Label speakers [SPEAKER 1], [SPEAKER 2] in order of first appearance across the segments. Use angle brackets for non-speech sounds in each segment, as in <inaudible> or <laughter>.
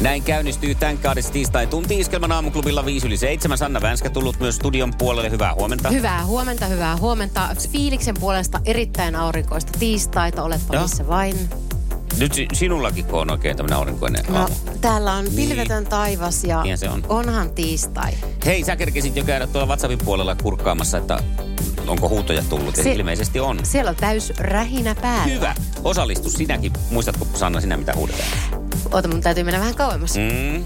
[SPEAKER 1] Näin käynnistyy tämän kaadessa tiistai tunti iskelman aamuklubilla 5 yli 7. Sanna Vänskä tullut myös studion puolelle. Hyvää huomenta.
[SPEAKER 2] Hyvää huomenta, hyvää huomenta. Fiiliksen puolesta erittäin aurinkoista tiistaita, oletpa
[SPEAKER 1] Joo.
[SPEAKER 2] missä vain.
[SPEAKER 1] Nyt si- sinullakin kun on oikein tämmöinen aurinkoinen
[SPEAKER 2] No,
[SPEAKER 1] aamu.
[SPEAKER 2] täällä on
[SPEAKER 1] Niin.
[SPEAKER 2] pilvetön taivas ja
[SPEAKER 1] Niin se on.
[SPEAKER 2] onhan tiistai.
[SPEAKER 1] Hei, sä kerkesit jo käydä tuolla WhatsAppin puolella kurkkaamassa, että onko huutoja tullut. Se...
[SPEAKER 2] Se-
[SPEAKER 1] Ilmeisesti on.
[SPEAKER 2] Siellä on täys rähinä päällä.
[SPEAKER 1] Hyvä. Osallistu sinäkin. Muistatko Sanna sinä mitä huudetaan?
[SPEAKER 2] Oota, mun täytyy mennä vähän kauemmas. Mm.
[SPEAKER 1] Mm.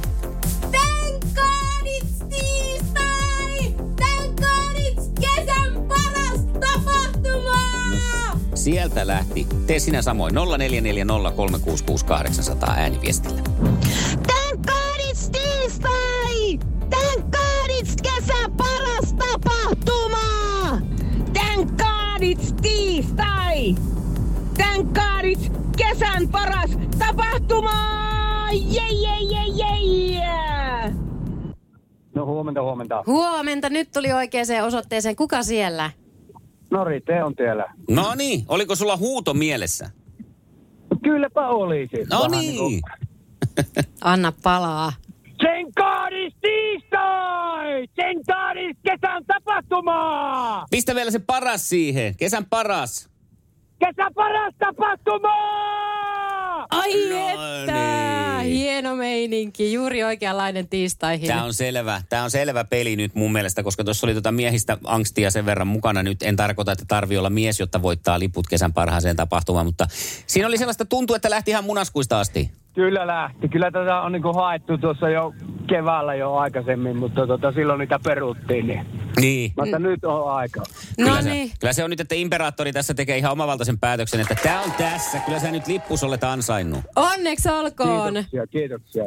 [SPEAKER 3] Thank God it's tiistai! Thank God it's kesän paras tapahtuma!
[SPEAKER 1] Sieltä lähti. Tee sinä samoin 0440366800 ääniviestillä.
[SPEAKER 3] Thank God it's tiistai! Thank God it's kesän paras tapahtuma! Thank God it's tiistai! Thank God it's kesän paras tapahtuma! Yeah, yeah, yeah, yeah!
[SPEAKER 4] No huomenta, huomenta.
[SPEAKER 2] Huomenta, nyt tuli oikeaan osoitteeseen. Kuka siellä?
[SPEAKER 4] Nori, te on siellä.
[SPEAKER 1] No niin, oliko sulla huuto mielessä?
[SPEAKER 4] Kylläpä olisi.
[SPEAKER 1] No
[SPEAKER 4] Vähän
[SPEAKER 1] niin.
[SPEAKER 4] niinku-
[SPEAKER 2] Anna palaa.
[SPEAKER 4] Sen kaadis tiistai! Sen kaadis kesän tapahtumaa!
[SPEAKER 1] Pistä vielä se paras siihen. Kesän paras.
[SPEAKER 4] Kesän paras tapahtumaa!
[SPEAKER 2] Ai
[SPEAKER 1] No
[SPEAKER 2] että,
[SPEAKER 1] niin.
[SPEAKER 2] hieno meininki, juuri oikeanlainen tiistaihin.
[SPEAKER 1] Tämä on selvä. Tämä on selvä peli nyt mun mielestä, koska tuossa oli tuota miehistä angstia sen verran mukana. Nyt en tarkoita, että tarvii olla mies, jotta voittaa liput kesän parhaaseen tapahtumaan, mutta siinä oli sellaista tuntua, että lähti ihan munaskuista asti.
[SPEAKER 4] Kyllä lähti. Kyllä tätä on niinku haettu tuossa jo keväällä jo aikaisemmin, mutta tota, silloin niitä peruttiin. Niin.
[SPEAKER 1] Niin.
[SPEAKER 4] Mutta mm. nyt on aika.
[SPEAKER 2] No
[SPEAKER 1] kyllä,
[SPEAKER 2] niin.
[SPEAKER 1] se, kyllä se on nyt, että imperaattori tässä tekee ihan omavaltaisen päätöksen, että tämä on tässä. Kyllä sä nyt lippus olet ansainnut.
[SPEAKER 2] Onneksi olkoon.
[SPEAKER 4] Kiitoksia, kiitoksia.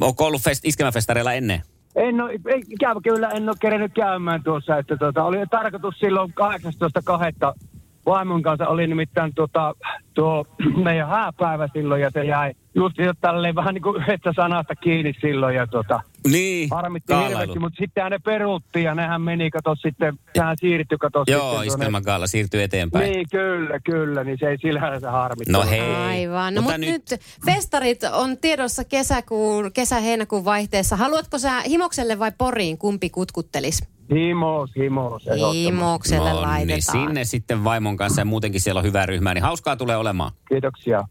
[SPEAKER 1] Onko ollut fest, iskemäfestareilla ennen?
[SPEAKER 4] En ole, ei, ikävä kyllä en ole kerennyt käymään tuossa, että tota, oli tarkoitus silloin 18.2. vaimon kanssa oli nimittäin tota, tuo <clears throat> meidän hääpäivä silloin ja se jäi just jo tälleen vähän niin kuin yhdestä sanasta kiinni silloin ja tota,
[SPEAKER 1] Niin.
[SPEAKER 4] harmitti
[SPEAKER 1] Kaalailu.
[SPEAKER 4] hirveästi, mutta sittenhän ne peruttiin ja nehän meni, kato sitten, tähän siirtyi, kato
[SPEAKER 1] Joo,
[SPEAKER 4] sitten tuonne-
[SPEAKER 1] iskelmakaala siirtyy eteenpäin.
[SPEAKER 4] Niin, kyllä, kyllä, niin se ei sillä se harmitti.
[SPEAKER 1] No hei.
[SPEAKER 2] Aivan. No, mutta nyt... nyt festarit on tiedossa kesäkuun, kesä-heinäkuun vaihteessa. Haluatko sä Himokselle vai Poriin? Kumpi kutkuttelis?
[SPEAKER 4] Himos, himos. ehdottomasti.
[SPEAKER 2] Himokselle
[SPEAKER 1] No niin,
[SPEAKER 2] laitetaan.
[SPEAKER 1] sinne sitten vaimon kanssa ja muutenkin siellä on hyvää ryhmää, niin hauskaa tulee olemaan.
[SPEAKER 4] Kiitoksia.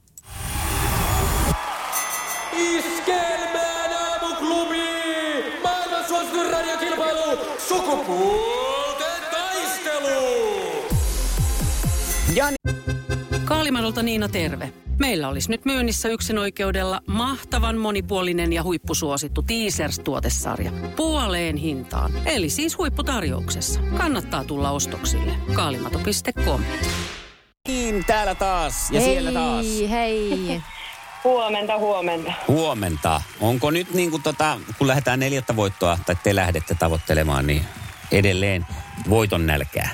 [SPEAKER 5] Iskelmään aamuklubi! Maailman suosituin radiokilpailu! Sukupuolten taistelu!
[SPEAKER 1] Ja niin.
[SPEAKER 6] Kaalimadolta Niina terve. Meillä olisi nyt myynnissä yksin oikeudella mahtavan monipuolinen ja huippusuosittu Teasers-tuotesarja. Puoleen hintaan, eli siis huipputarjouksessa. Kannattaa tulla ostoksille. Kaalimato.com
[SPEAKER 1] niin, täällä taas ja
[SPEAKER 2] hei,
[SPEAKER 1] siellä taas.
[SPEAKER 2] hei.
[SPEAKER 7] Huomenta, huomenta.
[SPEAKER 1] Huomenta. Onko nyt niin kuin tota, kun lähdetään neljättä voittoa tai te lähdette tavoittelemaan, niin edelleen voiton nälkää?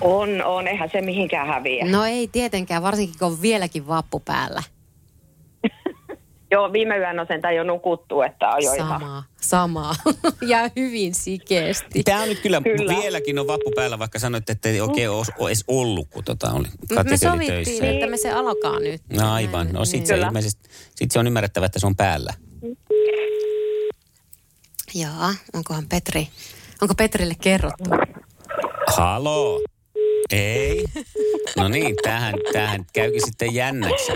[SPEAKER 7] On, on. Eihän se mihinkään häviä.
[SPEAKER 2] No ei tietenkään, varsinkin kun on vieläkin vappu päällä.
[SPEAKER 7] Joo, viime yönä on sentään jo nukuttu, että on jo ihan...
[SPEAKER 2] Samaa, samaa. <laughs> ja hyvin sikeesti.
[SPEAKER 1] Tämä on nyt kyllä, kyllä.
[SPEAKER 7] Kyllä.
[SPEAKER 1] vieläkin on vappu päällä, vaikka sanoitte, että ei oikein ole ole edes ollut, kun tota oli
[SPEAKER 2] Mutta Mm. me
[SPEAKER 1] kateköli
[SPEAKER 2] sovittiin,
[SPEAKER 1] töissä.
[SPEAKER 2] että me se alkaa nyt.
[SPEAKER 1] No aivan, no sit se,
[SPEAKER 7] Kyllä.
[SPEAKER 1] ilmeisesti, sit se on ymmärrettävä, että se on päällä.
[SPEAKER 2] Jaa, onkohan Petri, onko Petrille kerrottu?
[SPEAKER 1] Halo. Ei. No niin, tähän, tähän käykin sitten jännäksi.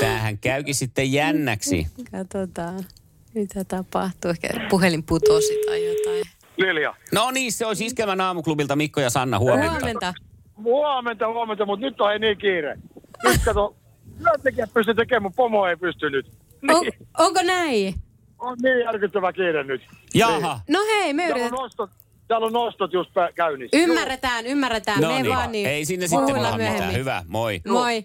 [SPEAKER 1] Tähän käykin sitten jännäksi.
[SPEAKER 2] Katsotaan, tota, mitä tapahtuu. Ehkä puhelin putosi tai jotain.
[SPEAKER 4] Vilja.
[SPEAKER 1] No niin, se on Iskelmän aamuklubilta Mikko ja Sanna huomenta.
[SPEAKER 2] Huomenta.
[SPEAKER 4] Huomenta, huomenta, mutta nyt on ei niin kiire. Nyt kato, työntekijät pysty tekemään, mun pomo ei pysty nyt.
[SPEAKER 2] On, onko näin?
[SPEAKER 4] On niin järkyttävä kiire nyt.
[SPEAKER 1] Jaha.
[SPEAKER 2] No hei, me
[SPEAKER 4] Täällä on
[SPEAKER 2] yritetään.
[SPEAKER 4] nostot, täällä on nostot just pä- käynnissä.
[SPEAKER 2] Ymmärretään, ymmärretään.
[SPEAKER 1] No
[SPEAKER 2] me vaan
[SPEAKER 1] niin,
[SPEAKER 2] niin.
[SPEAKER 1] ei sinne sitten
[SPEAKER 2] puhuillaan
[SPEAKER 1] vaan mitään.
[SPEAKER 2] myöhemmin.
[SPEAKER 1] Hyvä, moi.
[SPEAKER 2] Moi.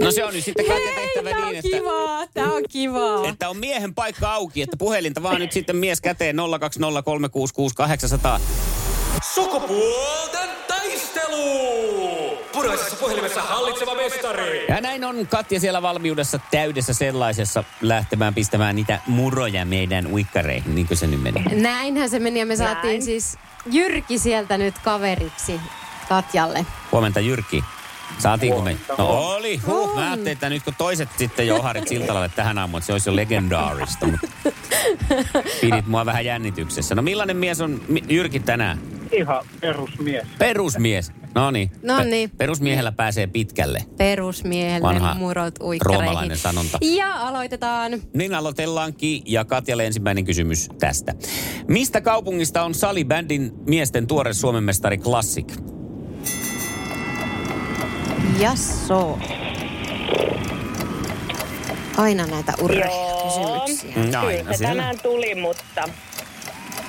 [SPEAKER 1] No se on nyt sitten kaiken tehtävä
[SPEAKER 2] tää
[SPEAKER 1] niin,
[SPEAKER 2] on
[SPEAKER 1] että...
[SPEAKER 2] kivaa, tää on kivaa.
[SPEAKER 1] Että on miehen paikka auki, että puhelinta vaan nyt sitten mies käteen 020366800.
[SPEAKER 5] Sukupuolten taistelu! Puraisessa puhelimessa hallitseva mestari.
[SPEAKER 1] Ja näin on Katja siellä valmiudessa täydessä sellaisessa lähtemään pistämään niitä muroja meidän uikkareihin, niin kuin se nyt meni.
[SPEAKER 2] Näinhän se meni ja me saatiin
[SPEAKER 7] Näin.
[SPEAKER 2] siis Jyrki sieltä nyt kaveriksi Katjalle.
[SPEAKER 1] Huomenta Jyrki. Saatiinko me?
[SPEAKER 4] Huomenta,
[SPEAKER 1] No
[SPEAKER 4] huomenta.
[SPEAKER 1] oli, huh. Mä ajattelin, että nyt kun toiset sitten jo oharit Siltalalle tähän aamuun, että se olisi jo legendaarista. Mutta pidit mua vähän jännityksessä. No millainen mies on Mi- Jyrki tänään?
[SPEAKER 4] Ihan perusmies.
[SPEAKER 1] Perusmies. No niin.
[SPEAKER 2] Noniin.
[SPEAKER 1] Perusmiehellä pääsee pitkälle.
[SPEAKER 2] Perusmiehelle
[SPEAKER 1] Vanha
[SPEAKER 2] murot uikkareihin.
[SPEAKER 1] roomalainen sanonta.
[SPEAKER 2] Ja aloitetaan.
[SPEAKER 1] Niin aloitellaankin ja Katjalle ensimmäinen kysymys tästä. Mistä kaupungista on salibändin miesten tuore Suomen mestari Classic?
[SPEAKER 2] Jasso. Aina näitä urheilukysymyksiä.
[SPEAKER 1] Mm, aina
[SPEAKER 7] kyllä se
[SPEAKER 1] siellä.
[SPEAKER 7] tänään tuli, mutta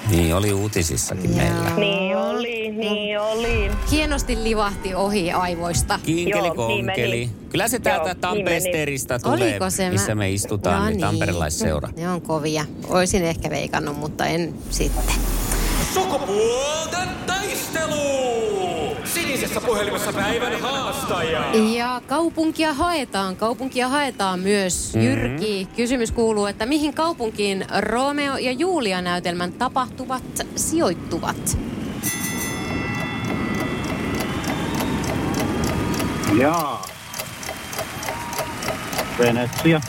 [SPEAKER 1] Niin, oli uutisissakin
[SPEAKER 2] Joo.
[SPEAKER 1] meillä.
[SPEAKER 7] niin oli, niin oli.
[SPEAKER 2] Hienosti livahti ohi aivoista.
[SPEAKER 1] Kinkeli
[SPEAKER 7] Joo, niin
[SPEAKER 1] konkeli.
[SPEAKER 7] meni.
[SPEAKER 1] Kyllä se
[SPEAKER 7] Joo,
[SPEAKER 1] täältä
[SPEAKER 7] niin
[SPEAKER 1] Tampeesteerista tulee,
[SPEAKER 2] Oliko se?
[SPEAKER 1] missä me istutaan,
[SPEAKER 2] No
[SPEAKER 1] niin tamperelaisseura.
[SPEAKER 2] Ne on kovia. Oisin ehkä veikannut, mutta en sitten.
[SPEAKER 5] Sukupuolten taistelu! Sinisessä puhelimessa päivän haastaja.
[SPEAKER 2] Ja kaupunkia haetaan. Kaupunkia haetaan myös.
[SPEAKER 1] Mm-hmm.
[SPEAKER 2] Jyrki, kysymys kuuluu, että mihin kaupunkiin Romeo ja Julia näytelmän tapahtuvat sijoittuvat?
[SPEAKER 4] Jaa. Venetsia.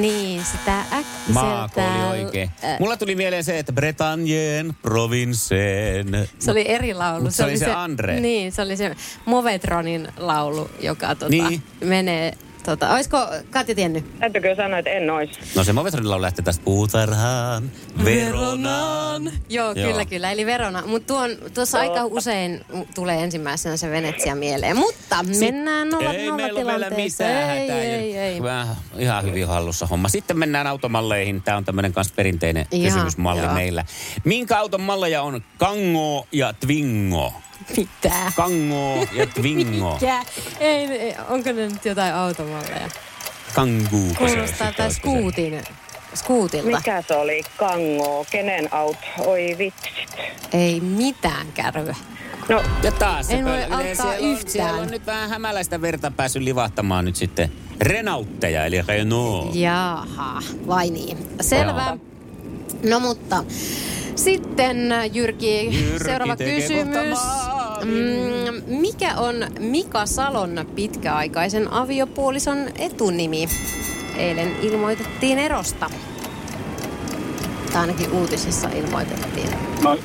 [SPEAKER 2] Niin, sitä äkkiseltään...
[SPEAKER 1] Maako oli oikein.
[SPEAKER 2] Äh,
[SPEAKER 1] Mulla tuli mieleen se, että Bretanjen provinceen.
[SPEAKER 2] Se oli eri laulu.
[SPEAKER 1] Mut se oli se Andre.
[SPEAKER 2] Niin, se oli se Movetronin laulu, joka tota,
[SPEAKER 1] Niin.
[SPEAKER 2] niin. menee... Tota, olisiko Katja tiennyt?
[SPEAKER 7] Täytyykö sanoa, että en ois.
[SPEAKER 1] No se Movetronilla lähtee tästä puutarhaan,
[SPEAKER 2] Mm.
[SPEAKER 1] Veronaan.
[SPEAKER 2] Joo,
[SPEAKER 1] Joo.
[SPEAKER 2] Joo, kyllä, kyllä. Eli Verona. Mutta tuossa aika usein tulee ensimmäisenä se Venetsia mieleen. Mutta
[SPEAKER 1] Sit-
[SPEAKER 2] mennään nolla
[SPEAKER 1] Ei
[SPEAKER 2] nolla
[SPEAKER 1] meillä ole vielä
[SPEAKER 2] tilanteessa.
[SPEAKER 1] mitään
[SPEAKER 2] ei,
[SPEAKER 1] hätää.
[SPEAKER 2] ei, ei,
[SPEAKER 1] Vähän- Ihan hyvin hallussa homma. Sitten mennään automalleihin. Tämä on tämmöinen kans perinteinen
[SPEAKER 2] Jaa,
[SPEAKER 1] kysymysmalli
[SPEAKER 2] joo.
[SPEAKER 1] meillä. Minkä auton malleja on Kango ja Twingo?
[SPEAKER 2] Mitä?
[SPEAKER 1] Kango ja
[SPEAKER 2] <laughs>
[SPEAKER 1] Twingo.
[SPEAKER 2] Mikä? Ei, ei, onko ne nyt jotain automalleja?
[SPEAKER 1] Kanguu.
[SPEAKER 2] Kuulostaa tai skuutin, skuutilta.
[SPEAKER 7] Mikä se oli? Kango, kenen auto? Oi vitsit.
[SPEAKER 2] Ei mitään kärryä.
[SPEAKER 7] No,
[SPEAKER 1] Ja taas se
[SPEAKER 2] En voi
[SPEAKER 1] pöllinen.
[SPEAKER 2] auttaa
[SPEAKER 1] siellä on,
[SPEAKER 2] yhtään.
[SPEAKER 1] Siellä on nyt vähän hämäläistä verta päässyt livahtamaan nyt sitten. Renaultteja, eli Renault.
[SPEAKER 2] Jaha, vai niin. Selvä.
[SPEAKER 1] Joo.
[SPEAKER 2] No mutta sitten Jyrki,
[SPEAKER 1] Jyrki
[SPEAKER 2] seuraava
[SPEAKER 1] tekee
[SPEAKER 2] kysymys.
[SPEAKER 1] kohta maalin.
[SPEAKER 2] Mm, mikä on Mika Salon pitkäaikaisen aviopuolison etunimi? Eilen ilmoitettiin erosta. Tai ainakin uutisissa ilmoitettiin.
[SPEAKER 4] No,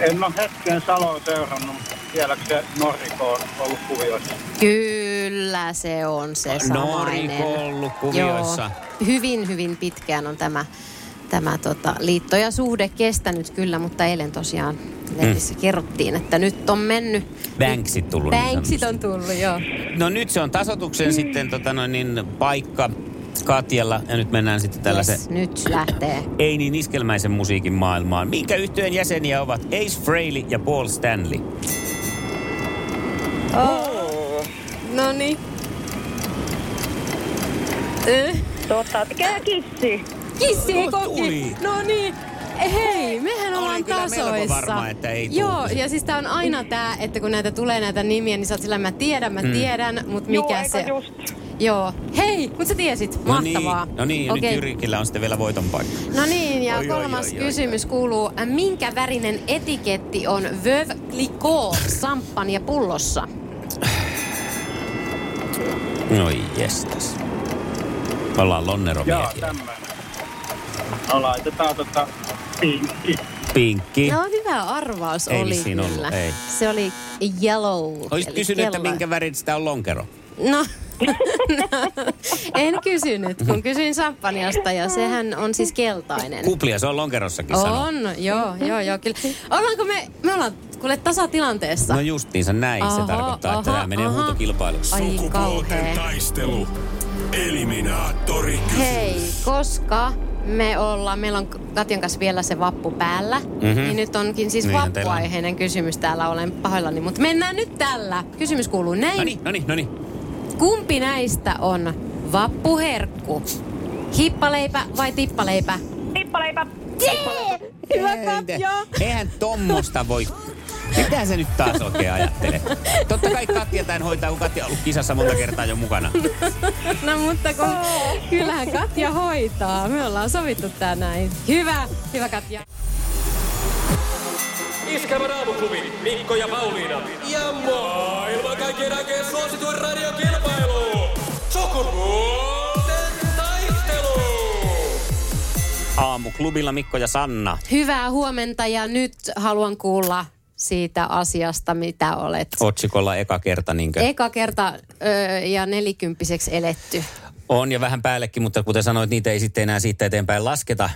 [SPEAKER 4] en ole hetken Saloa seurannut. Vieläkö se Noriko on ollut kuvioissa?
[SPEAKER 2] Kyllä se on se samainen.
[SPEAKER 1] No, Noriko ollut kuvioissa.
[SPEAKER 2] Joo, hyvin, hyvin pitkään on tämä, tämä tota, liitto ja suhde kestänyt kyllä, mutta eilen tosiaan lehdissä kerrottiin, että nyt on mennyt.
[SPEAKER 1] Banksit Mm. tullut niin
[SPEAKER 2] Banksit on Mm. tullut, joo.
[SPEAKER 1] No nyt se on tasotuksen sitten tota noin, niin, paikka Katjalla ja nyt mennään sitten tällaisen
[SPEAKER 2] Yes, nyt lähtee.
[SPEAKER 1] ei niin iskelmäisen musiikin maailmaan. Minkä yhtyeen jäseniä ovat Ace Frehley ja Paul Stanley?
[SPEAKER 2] No niin. Eh?
[SPEAKER 7] tuota, mikä kissi?
[SPEAKER 2] Kissi ei
[SPEAKER 1] No, tuli.
[SPEAKER 2] koki. No niin. Hei, mehän
[SPEAKER 1] Olin
[SPEAKER 2] ollaan
[SPEAKER 1] kyllä melko
[SPEAKER 2] tasoissa.
[SPEAKER 1] varma, että ei tullut.
[SPEAKER 2] Joo, ja siis tää on aina tää, että kun näitä tulee näitä nimiä, niin sä oot sillä, mä tiedän,
[SPEAKER 1] Mm.
[SPEAKER 2] mä tiedän, mutta mikä
[SPEAKER 7] Juu,
[SPEAKER 2] se...
[SPEAKER 7] eikö just?
[SPEAKER 2] Joo. Hei, mut sä tiesit.
[SPEAKER 1] No
[SPEAKER 2] Mahtavaa.
[SPEAKER 1] niin, no niin ja nyt
[SPEAKER 2] Okei.
[SPEAKER 1] Jyrkillä on sitten vielä voiton paikka.
[SPEAKER 2] No niin, ja
[SPEAKER 1] Oi, oi,
[SPEAKER 2] kolmas
[SPEAKER 1] oi, oi,
[SPEAKER 2] kysymys kuuluu. ä, Minkä värinen etiketti on Veuve Clicquot samppania pullossa?
[SPEAKER 1] Niin. No jestas. Me Ollaan
[SPEAKER 4] Jaa,
[SPEAKER 1] lonneromiehiä.
[SPEAKER 4] tämmöinen. No laitetaan tota pinkki.
[SPEAKER 1] Pinkki.
[SPEAKER 2] No hyvä arvaus
[SPEAKER 1] Ei
[SPEAKER 2] oli
[SPEAKER 1] vissiin ollut,
[SPEAKER 2] kyllä.
[SPEAKER 1] ei.
[SPEAKER 2] Se oli yellow.
[SPEAKER 1] Olisit
[SPEAKER 2] eli
[SPEAKER 1] kysynyt, että
[SPEAKER 2] kello-
[SPEAKER 1] minkä värin sitä on lonkero.
[SPEAKER 2] No, <laughs> en kysynyt, kun kysyin samppaniasta ja sehän on siis keltainen.
[SPEAKER 1] Kuplia, se on lonkerossakin sanottu.
[SPEAKER 2] On, joo, joo, joo, kyllä. Ollaanko me, me ollaan kuule tasatilanteessa?
[SPEAKER 1] No justiinsa näin se
[SPEAKER 2] Oho,
[SPEAKER 1] tarkoittaa, että
[SPEAKER 2] oho,
[SPEAKER 1] tämä menee
[SPEAKER 2] oho.
[SPEAKER 1] huutokilpailuksi.
[SPEAKER 2] Ai
[SPEAKER 8] Sukupuolten
[SPEAKER 2] kauhea.
[SPEAKER 8] taistelu. Eliminaattori
[SPEAKER 2] Hei, koska me ollaan, meillä on Katjan kanssa vielä se vappu päällä, mm-hmm. niin nyt onkin siis
[SPEAKER 1] Niinhän
[SPEAKER 2] Niinhän vappuaiheinen kysymys täällä, olen pahoillani, mutta mennään nyt tällä. Kysymys kuuluu näin.
[SPEAKER 1] No niin, no niin, no niin.
[SPEAKER 2] Kumpi näistä on vappuherkku? Hippaleipä vai tippaleipä?
[SPEAKER 7] Tippaleipä.
[SPEAKER 2] Hyvä
[SPEAKER 1] Eihän tommosta voi... Mitä sä nyt taas oikein ajattelet? Totta kai Katja tämän hoitaa, kun Katja on ollut kisassa monta kertaa jo mukana.
[SPEAKER 2] <laughs> No mutta kun kyllähän Katja hoitaa. Me ollaan sovittu tää näin. Hyvä, hyvä Katja.
[SPEAKER 5] Iskelmän aamuklubi, Mikko ja Pauliina. Ja maailman kaikkien aikeen suosituen radiokilpailu. Sukupuolten taistelu.
[SPEAKER 1] Aamuklubilla Mikko ja Sanna.
[SPEAKER 2] Hyvää huomenta ja nyt haluan kuulla siitä asiasta, mitä olet.
[SPEAKER 1] Otsikolla eka kerta niinkö?
[SPEAKER 2] Eka kerta öö, ja nelikymppiseksi eletty.
[SPEAKER 1] On ja vähän päällekin, mutta kuten sanoit, niitä ei sitten enää siitä eteenpäin lasketa.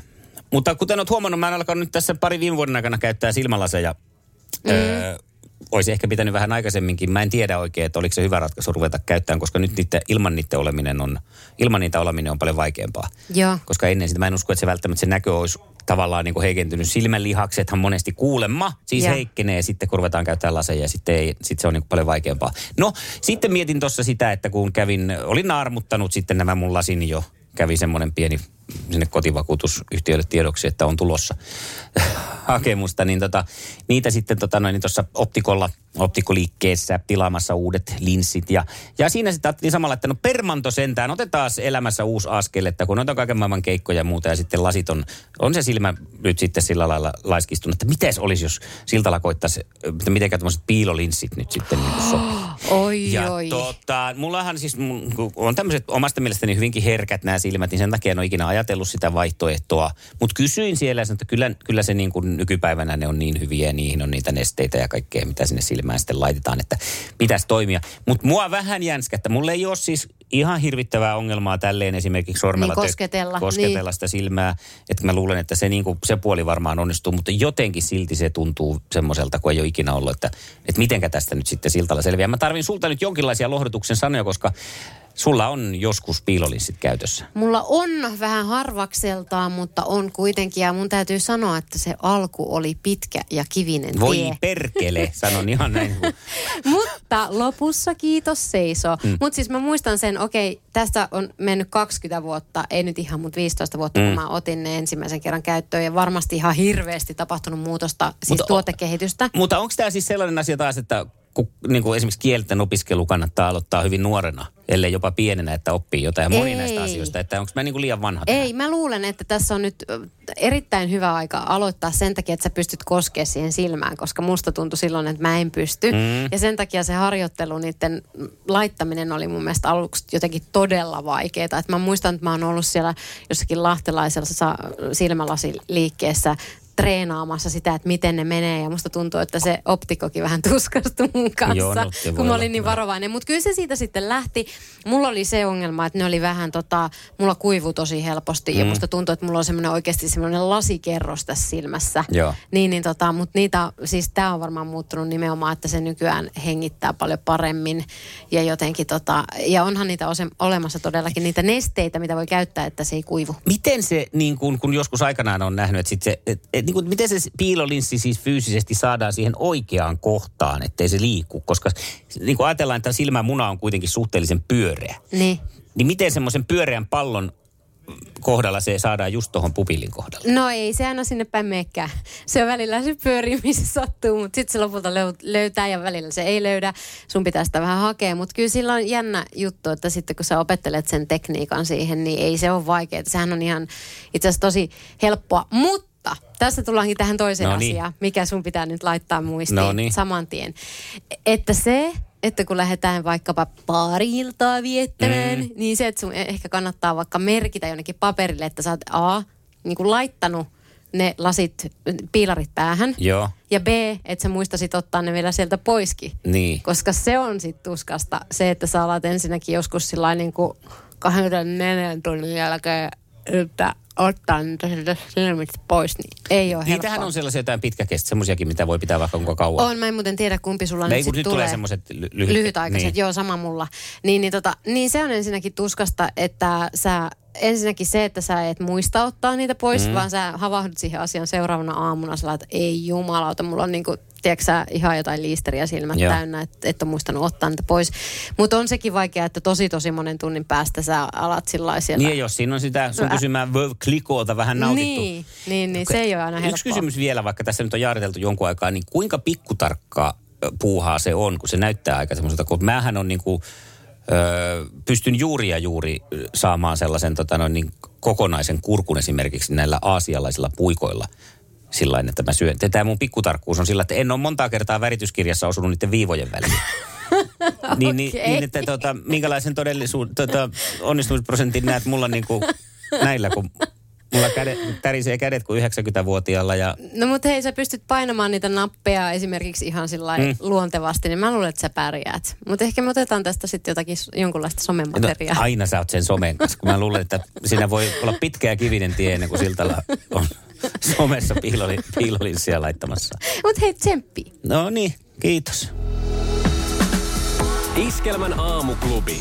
[SPEAKER 1] Mutta kuten olet huomannut, mä en alkanut nyt tässä pari viime vuoden aikana käyttää silmälaseja. Mm. Öö, olisi ehkä pitänyt vähän aikaisemminkin. Mä en tiedä oikein, että oliko se hyvä ratkaisu ruveta käyttämään, koska nyt niitä, ilman, niitä oleminen on, ilman niitä oleminen on paljon vaikeampaa.
[SPEAKER 2] Joo.
[SPEAKER 1] Koska ennen sitä mä en usko, että se välttämättä se näkö olisi tavallaan niin kuin heikentynyt. Silmänlihaksethan monesti kuulemma siis
[SPEAKER 2] Joo.
[SPEAKER 1] yeah. heikkenee sitten, kun ruvetaan käyttämään laseja ja sitten, ei, sitten se on niin kuin paljon vaikeampaa. No sitten mietin tuossa sitä, että kun kävin, olin naarmuttanut sitten nämä mun lasini jo. Kävi semmoinen pieni sinne kotivakuutusyhtiölle tiedoksi, että on tulossa <laughs> hakemusta, niin tota, niitä sitten tota noin, niin tuossa optikolla, optikoliikkeessä tilaamassa uudet linssit. Ja, ja siinä sitten ajattelin samalla, että no permanto sentään, otetaan elämässä uusi askel, että kun on kaiken maailman keikkoja ja muuta ja sitten lasit on, on se silmä nyt sitten sillä lailla laiskistunut, että miten olisi, jos siltalla koittaisi, että mitenkä tuommoiset piilolinssit nyt sitten niin kuin sopii.
[SPEAKER 2] Oi,
[SPEAKER 1] Ja
[SPEAKER 2] oi.
[SPEAKER 1] tota, mullahan siis, mun- kun on tämmöiset omasta mielestäni hyvinkin herkät nämä silmät, niin sen takia en ole ikinä ajatellut sitä vaihtoehtoa. Mutta kysyin siellä, ja sanoin, että kyllä, kyllä se niin kuin nykypäivänä ne on niin hyviä ja niihin on niitä nesteitä ja kaikkea, mitä sinne silmään sitten laitetaan, että pitäisi toimia. Mutta mua vähän jänskättä. Mulla ei ole siis ihan hirvittävää ongelmaa tälleen esimerkiksi sormella
[SPEAKER 2] Niin
[SPEAKER 1] tök-
[SPEAKER 2] kosketella,
[SPEAKER 1] kosketella
[SPEAKER 2] niin.
[SPEAKER 1] sitä silmää. Että mä luulen, että se, niin kuin, se puoli varmaan onnistuu, mutta jotenkin silti se tuntuu semmoiselta, kun ei ole ikinä ollut, että, että mitenkä tästä nyt sitten siltalla selviää. Mä tarvin sulta nyt jonkinlaisia lohdutuksen sanoja, koska sulla on joskus piilolinssit käytössä.
[SPEAKER 2] Mulla on vähän harvakseltaan, mutta on kuitenkin. Ja mun täytyy sanoa, että se alku oli pitkä ja kivinen
[SPEAKER 1] Voi
[SPEAKER 2] tie.
[SPEAKER 1] perkele, sanon ihan
[SPEAKER 2] <laughs>
[SPEAKER 1] näin.
[SPEAKER 2] Mutta lopussa kiitos seiso. Mm. Mutta siis mä muistan sen, okei, tästä on mennyt 20 vuotta, ei nyt ihan, mutta 15 vuotta, mm. kun mä otin ne ensimmäisen kerran käyttöön. Ja varmasti ihan hirveästi tapahtunut muutosta, siis
[SPEAKER 1] Mutta
[SPEAKER 2] mutta
[SPEAKER 1] o-
[SPEAKER 2] tuotekehitystä.
[SPEAKER 1] Mutta onko tämä siis sellainen asia taas, että kun, niin kuin esimerkiksi kielten opiskelu kannattaa aloittaa hyvin nuorena, ellei jopa pienenä, että oppii jotain. Ja Moni
[SPEAKER 2] Ei.
[SPEAKER 1] näistä asioista, että onko mä niin kuin liian vanha? tähän?
[SPEAKER 2] Ei, mä luulen, että tässä on nyt ö, erittäin hyvä aika aloittaa sen takia, että sä pystyt koskemaan siihen silmään, koska musta tuntui silloin, että mä en pysty. Mm. Ja sen takia se harjoittelu, niiden laittaminen oli mun mielestä aluksi jotenkin todella vaikeaa. Et mä muistan, että mä oon ollut siellä jossakin lahtelaisessa sa- silmälasiliikkeessä treenaamassa sitä, että miten ne menee. Ja musta tuntuu, että se optikokin vähän <laughs> tuskastui mun kanssa,
[SPEAKER 1] Joo,
[SPEAKER 2] Joo,
[SPEAKER 1] no, se
[SPEAKER 2] no,
[SPEAKER 1] voi
[SPEAKER 2] kun
[SPEAKER 1] olla
[SPEAKER 2] mä olin niin
[SPEAKER 1] kyllä.
[SPEAKER 2] varovainen. Mutta kyllä se siitä sitten lähti. Mulla oli se ongelma, että ne oli vähän tota, mulla kuivu tosi helposti mm. ja musta tuntuu, että mulla on semmoinen oikeasti semmoinen lasikerros tässä silmässä.
[SPEAKER 1] Joo.
[SPEAKER 2] Niin, niin tota, mutta niitä, siis tämä on varmaan muuttunut nimenomaan, että se nykyään hengittää paljon paremmin ja jotenkin tota, ja onhan niitä ose- olemassa todellakin niitä nesteitä, mitä voi käyttää, että se ei kuivu.
[SPEAKER 1] Miten se, niin kun, kun joskus aikanaan on nähnyt, että sit se, et, et, niin kun, miten se piilolinssi siis fyysisesti saadaan siihen oikeaan kohtaan, ettei se liiku? Koska niin kun ajatellaan, että silmämuna on kuitenkin suhteellisen pyöreä.
[SPEAKER 2] Niin.
[SPEAKER 1] Niin miten semmoisen pyöreän pallon kohdalla se saadaan just tuohon pupillin kohdalle?
[SPEAKER 2] No ei se aina sinne päin meekään. Se on välillä se pyörii, missä sattuu, mutta sitten se lopulta löy- löytää ja välillä se ei löydä. Sun pitää sitä vähän hakea, mutta kyllä sillä on jännä juttu, että sitten kun sä opettelet sen tekniikan siihen, niin ei se ole vaikeaa. Sehän on ihan itse asiassa tosi helppoa, mutta tässä tullaankin tähän toiseen
[SPEAKER 1] No niin.
[SPEAKER 2] asiaan, mikä sun pitää nyt laittaa muistiin
[SPEAKER 1] No niin.
[SPEAKER 2] saman tien. Että se, että kun lähdetään vaikkapa pari iltaa viettämään, mm. niin se, että sun ehkä kannattaa vaikka merkitä jonnekin paperille, että sä oot A, niin kuin laittanut ne lasit, piilarit päähän.
[SPEAKER 1] Joo.
[SPEAKER 2] Ja B, että sä muistasit ottaa ne vielä sieltä poiskin.
[SPEAKER 1] Niin.
[SPEAKER 2] Koska se on sit tuskasta. Se, että sä alat ensinnäkin joskus sillä niin kuin 24 tunnin jälkeen että ottaa niitä sieltä silmistä pois, niin ei ole
[SPEAKER 1] Niitähän
[SPEAKER 2] helppoa.
[SPEAKER 1] on sellaisia jotain pitkäkestä, semmoisiakin, mitä voi pitää vaikka kuinka kauan.
[SPEAKER 2] On, mä en muuten tiedä kumpi sulla
[SPEAKER 1] Ei, kun
[SPEAKER 2] nyt, sit
[SPEAKER 1] nyt tulee
[SPEAKER 2] tulee
[SPEAKER 1] semmoset ly- lyhyt-
[SPEAKER 2] lyhytaikaiset,
[SPEAKER 1] niin.
[SPEAKER 2] joo sama mulla. Niin, niin, tota, niin se on ensinnäkin tuskasta, että sä ensinnäkin se, että sä et muista ottaa niitä pois, mm. vaan sä havahdut siihen asiaan seuraavana aamuna. Sä että ei jumalauta, mulla on niinku, tiedätkö sä, ihan jotain liisteriä silmät
[SPEAKER 1] Joo.
[SPEAKER 2] Joo. täynnä, että et on muistanut ottaa niitä pois. Mutta on sekin vaikeaa, että tosi tosi monen tunnin päästä sä alat sillä lailla siellä.
[SPEAKER 1] Niin, jos siinä on sitä sun kysymään klikoota vähän nautittu.
[SPEAKER 2] niin, niin, niin, se ei ole aina helppoa.
[SPEAKER 1] Yksi kysymys vielä, vaikka tässä nyt on jaariteltu jonkun aikaa, niin kuinka pikkutarkkaa ö, puuhaa se on, kun se näyttää aika semmoiselta, kun mähän on niin kuin, öö, pystyn juuri ja juuri ö, saamaan sellaisen tota noin, niin kokonaisen kurkun esimerkiksi näillä aasialaisilla puikoilla sillä lailla, että mä syön. Tämä mun pikkutarkkuus on sillä, että en ole montaa kertaa värityskirjassa osunut niiden viivojen väliin. <laughs> niin, niin,
[SPEAKER 2] Okei.
[SPEAKER 1] niin, että tota, minkälaisen todellisuuden, tota, onnistumisprosentin näet mulla niinku näillä, kun mulla käde, tärisee kädet kuin 90-vuotiaalla ja
[SPEAKER 2] No mutta hei, sä pystyt painamaan niitä nappeja esimerkiksi ihan sillä mm. luontevasti, niin mä luulen, että sä pärjäät. Mutta ehkä me otetaan tästä sitten jotakin s- jonkunlaista
[SPEAKER 1] No,
[SPEAKER 2] somemateriaalia.
[SPEAKER 1] aina sä oot sen somen kanssa, kun mä luulen, että siinä voi olla pitkä kivinen tie ennen kuin siltalla on somessa piiloli, piilolinssiä laittamassa.
[SPEAKER 2] Mutta hei, tsemppi.
[SPEAKER 1] No niin, kiitos.
[SPEAKER 5] Iskelmän aamuklubi.